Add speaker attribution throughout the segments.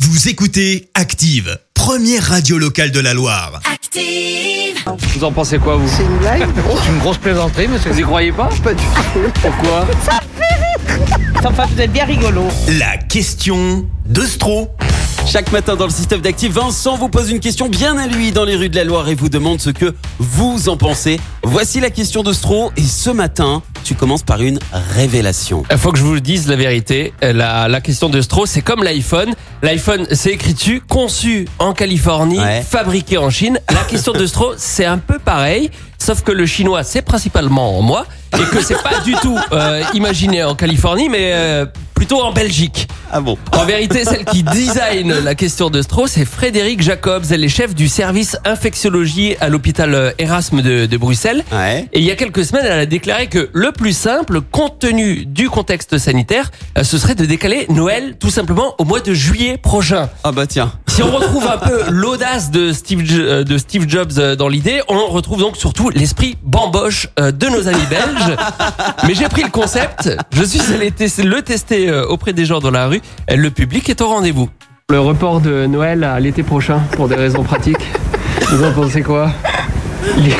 Speaker 1: Vous écoutez Active, première radio locale de la Loire.
Speaker 2: Active.
Speaker 3: Vous en pensez quoi, vous
Speaker 4: C'est une blague
Speaker 3: C'est une grosse plaisanterie, monsieur. Vous y croyez pas
Speaker 4: Pas du tout.
Speaker 3: Pourquoi
Speaker 4: Enfin, vous êtes bien rigolo.
Speaker 1: La question de Stro.
Speaker 5: Chaque matin dans le système d'actifs, Vincent vous pose une question bien à lui dans les rues de la Loire et vous demande ce que vous en pensez. Voici la question de Stro et ce matin, tu commences par une révélation.
Speaker 6: Il faut que je vous dise la vérité. La, la question de Strauss, c'est comme l'iPhone. L'iPhone, c'est écrit dessus, conçu en Californie,
Speaker 5: Ouais.
Speaker 6: fabriqué en Chine. La question de Strauss, c'est un peu pareil, sauf que le chinois, c'est principalement en moi, et que c'est pas du tout euh, imaginé en Californie, mais euh, plutôt en Belgique.
Speaker 5: Ah bon
Speaker 6: En vérité, celle qui design la question de Strauss est Frédéric Jacobs. Elle est chef du service infectiologie à l'hôpital euh, Erasme de- de Bruxelles.
Speaker 5: Ouais.
Speaker 6: Et il y a quelques semaines, elle a déclaré que le plus simple, compte tenu du contexte sanitaire, euh, ce serait de décaler Noël tout simplement au mois de juillet prochain.
Speaker 5: Ah bah tiens.
Speaker 6: Si on retrouve un peu l'audace de Steve, Jo- euh, de Steve Jobs euh, dans l'idée, on retrouve donc surtout l'esprit bamboche euh, de nos amis belges. Mais j'ai pris le concept, je suis allé tes- le tester euh, auprès des gens dans la rue, Euh, le public est au rendez-vous.
Speaker 3: Le report de Noël à l'été prochain, pour des raisons pratiques. Vous en pensez quoi Il-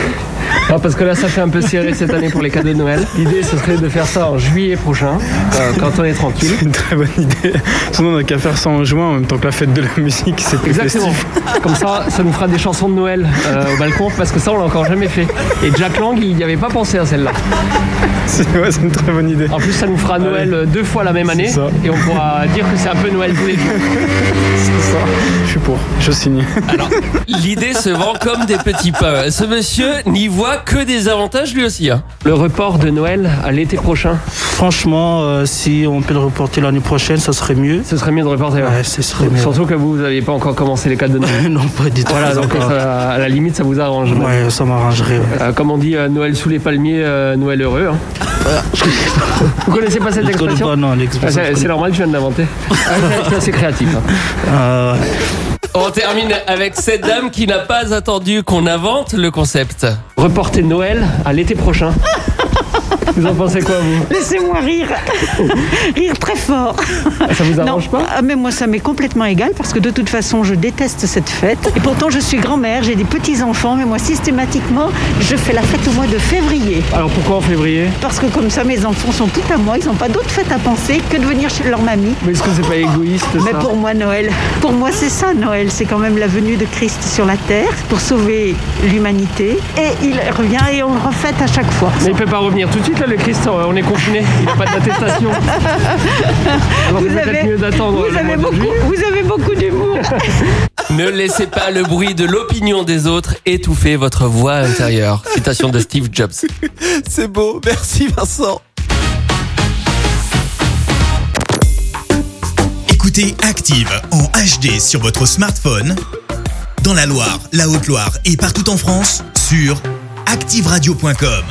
Speaker 3: Ah, parce que là, ça fait un peu serré cette année pour les cadeaux de Noël. L'idée, ce serait de faire ça en juillet prochain, euh, quand on est tranquille.
Speaker 7: C'est une très bonne idée. Sinon, on n'a qu'à faire ça en juin en même temps que la fête de la musique. C'est plus
Speaker 3: Exactement.
Speaker 7: festif.
Speaker 3: Comme ça, ça nous fera des chansons de Noël euh, au balcon, parce que ça, on l'a encore jamais fait. Et Jack Lang, il n'y avait pas pensé à celle-là.
Speaker 7: C'est ouais, c'est une très bonne idée.
Speaker 3: En plus, ça nous fera Noël euh, deux fois la même année,
Speaker 7: ça.
Speaker 3: et on pourra dire que c'est un peu Noël tous les jours.
Speaker 7: C'est ça. Je suis pour. Je signe.
Speaker 6: L'idée se vend comme des petits pains. Ce monsieur n'y voit que des avantages lui aussi. hein.
Speaker 3: Le report de Noël à l'été prochain,
Speaker 8: Franchement, euh, si on peut le reporter l'année prochaine, ça serait mieux.
Speaker 3: ce serait mieux de reporter. ouais.
Speaker 8: Ouais, ce serait mieux.
Speaker 3: Surtout que vous, vous n'aviez pas encore commencé les cadeaux de Noël.
Speaker 8: non, pas du tout.
Speaker 3: voilà, donc euh,
Speaker 8: encore.
Speaker 3: ça- à la limite, ça vous arrange.
Speaker 8: Ouais, ça m'arrangerait. ouais.
Speaker 3: Euh, comme on dit, euh, Noël sous les palmiers, euh, Noël heureux. hein. vous connaissez pas cette
Speaker 8: Je connais
Speaker 3: expression
Speaker 8: pas, non,
Speaker 3: Ah,
Speaker 8: l'expression,
Speaker 3: c'est, c'est
Speaker 8: je connais
Speaker 3: normal que je viens de l'inventer. Ah, c'est- c'est assez créatif. hein.
Speaker 8: pas. Ah, ouais.
Speaker 6: On termine avec cette dame qui n'a pas attendu qu'on invente le concept.
Speaker 3: Reporter Noël à l'été prochain. Vous en pensez quoi, vous
Speaker 9: Laissez-moi rire, rire très fort.
Speaker 3: Ça vous arrange pas
Speaker 9: ah, mais moi ça m'est complètement égal parce que de toute façon je déteste cette fête. Et pourtant je suis grand-mère, j'ai des petits-enfants, mais moi systématiquement je fais la fête au mois de février.
Speaker 3: Alors pourquoi en février
Speaker 9: Parce que comme ça mes enfants sont tout à moi, ils n'ont pas d'autre fête à penser que de venir chez leur mamie.
Speaker 3: Mais est-ce que c'est pas égoïste
Speaker 9: Mais
Speaker 3: ça
Speaker 9: pour moi Noël, pour moi c'est ça Noël, c'est quand même la venue de Christ sur la terre pour sauver l'humanité. Et il revient et on le refête à chaque fois.
Speaker 3: Mais il peut pas revenir tout de suite là, le Christ, euh, on est confiné, il n'a pas d'attestation. Alors c'est
Speaker 9: Vous
Speaker 3: peut-être
Speaker 9: avez,
Speaker 3: mieux d'attendre. euh,
Speaker 9: vous
Speaker 3: le
Speaker 9: avez
Speaker 3: mois de
Speaker 9: beaucoup,
Speaker 3: juillet.
Speaker 9: vous avez beaucoup d'humour.
Speaker 6: Ne laissez pas le bruit de l'opinion des autres étouffer votre voix intérieure. Citation de Steve Jobs.
Speaker 5: C'est beau. Merci Vincent.
Speaker 1: Écoutez Active en HD sur votre smartphone, dans la Loire, la Haute-Loire et partout en France, sur activeradio.com.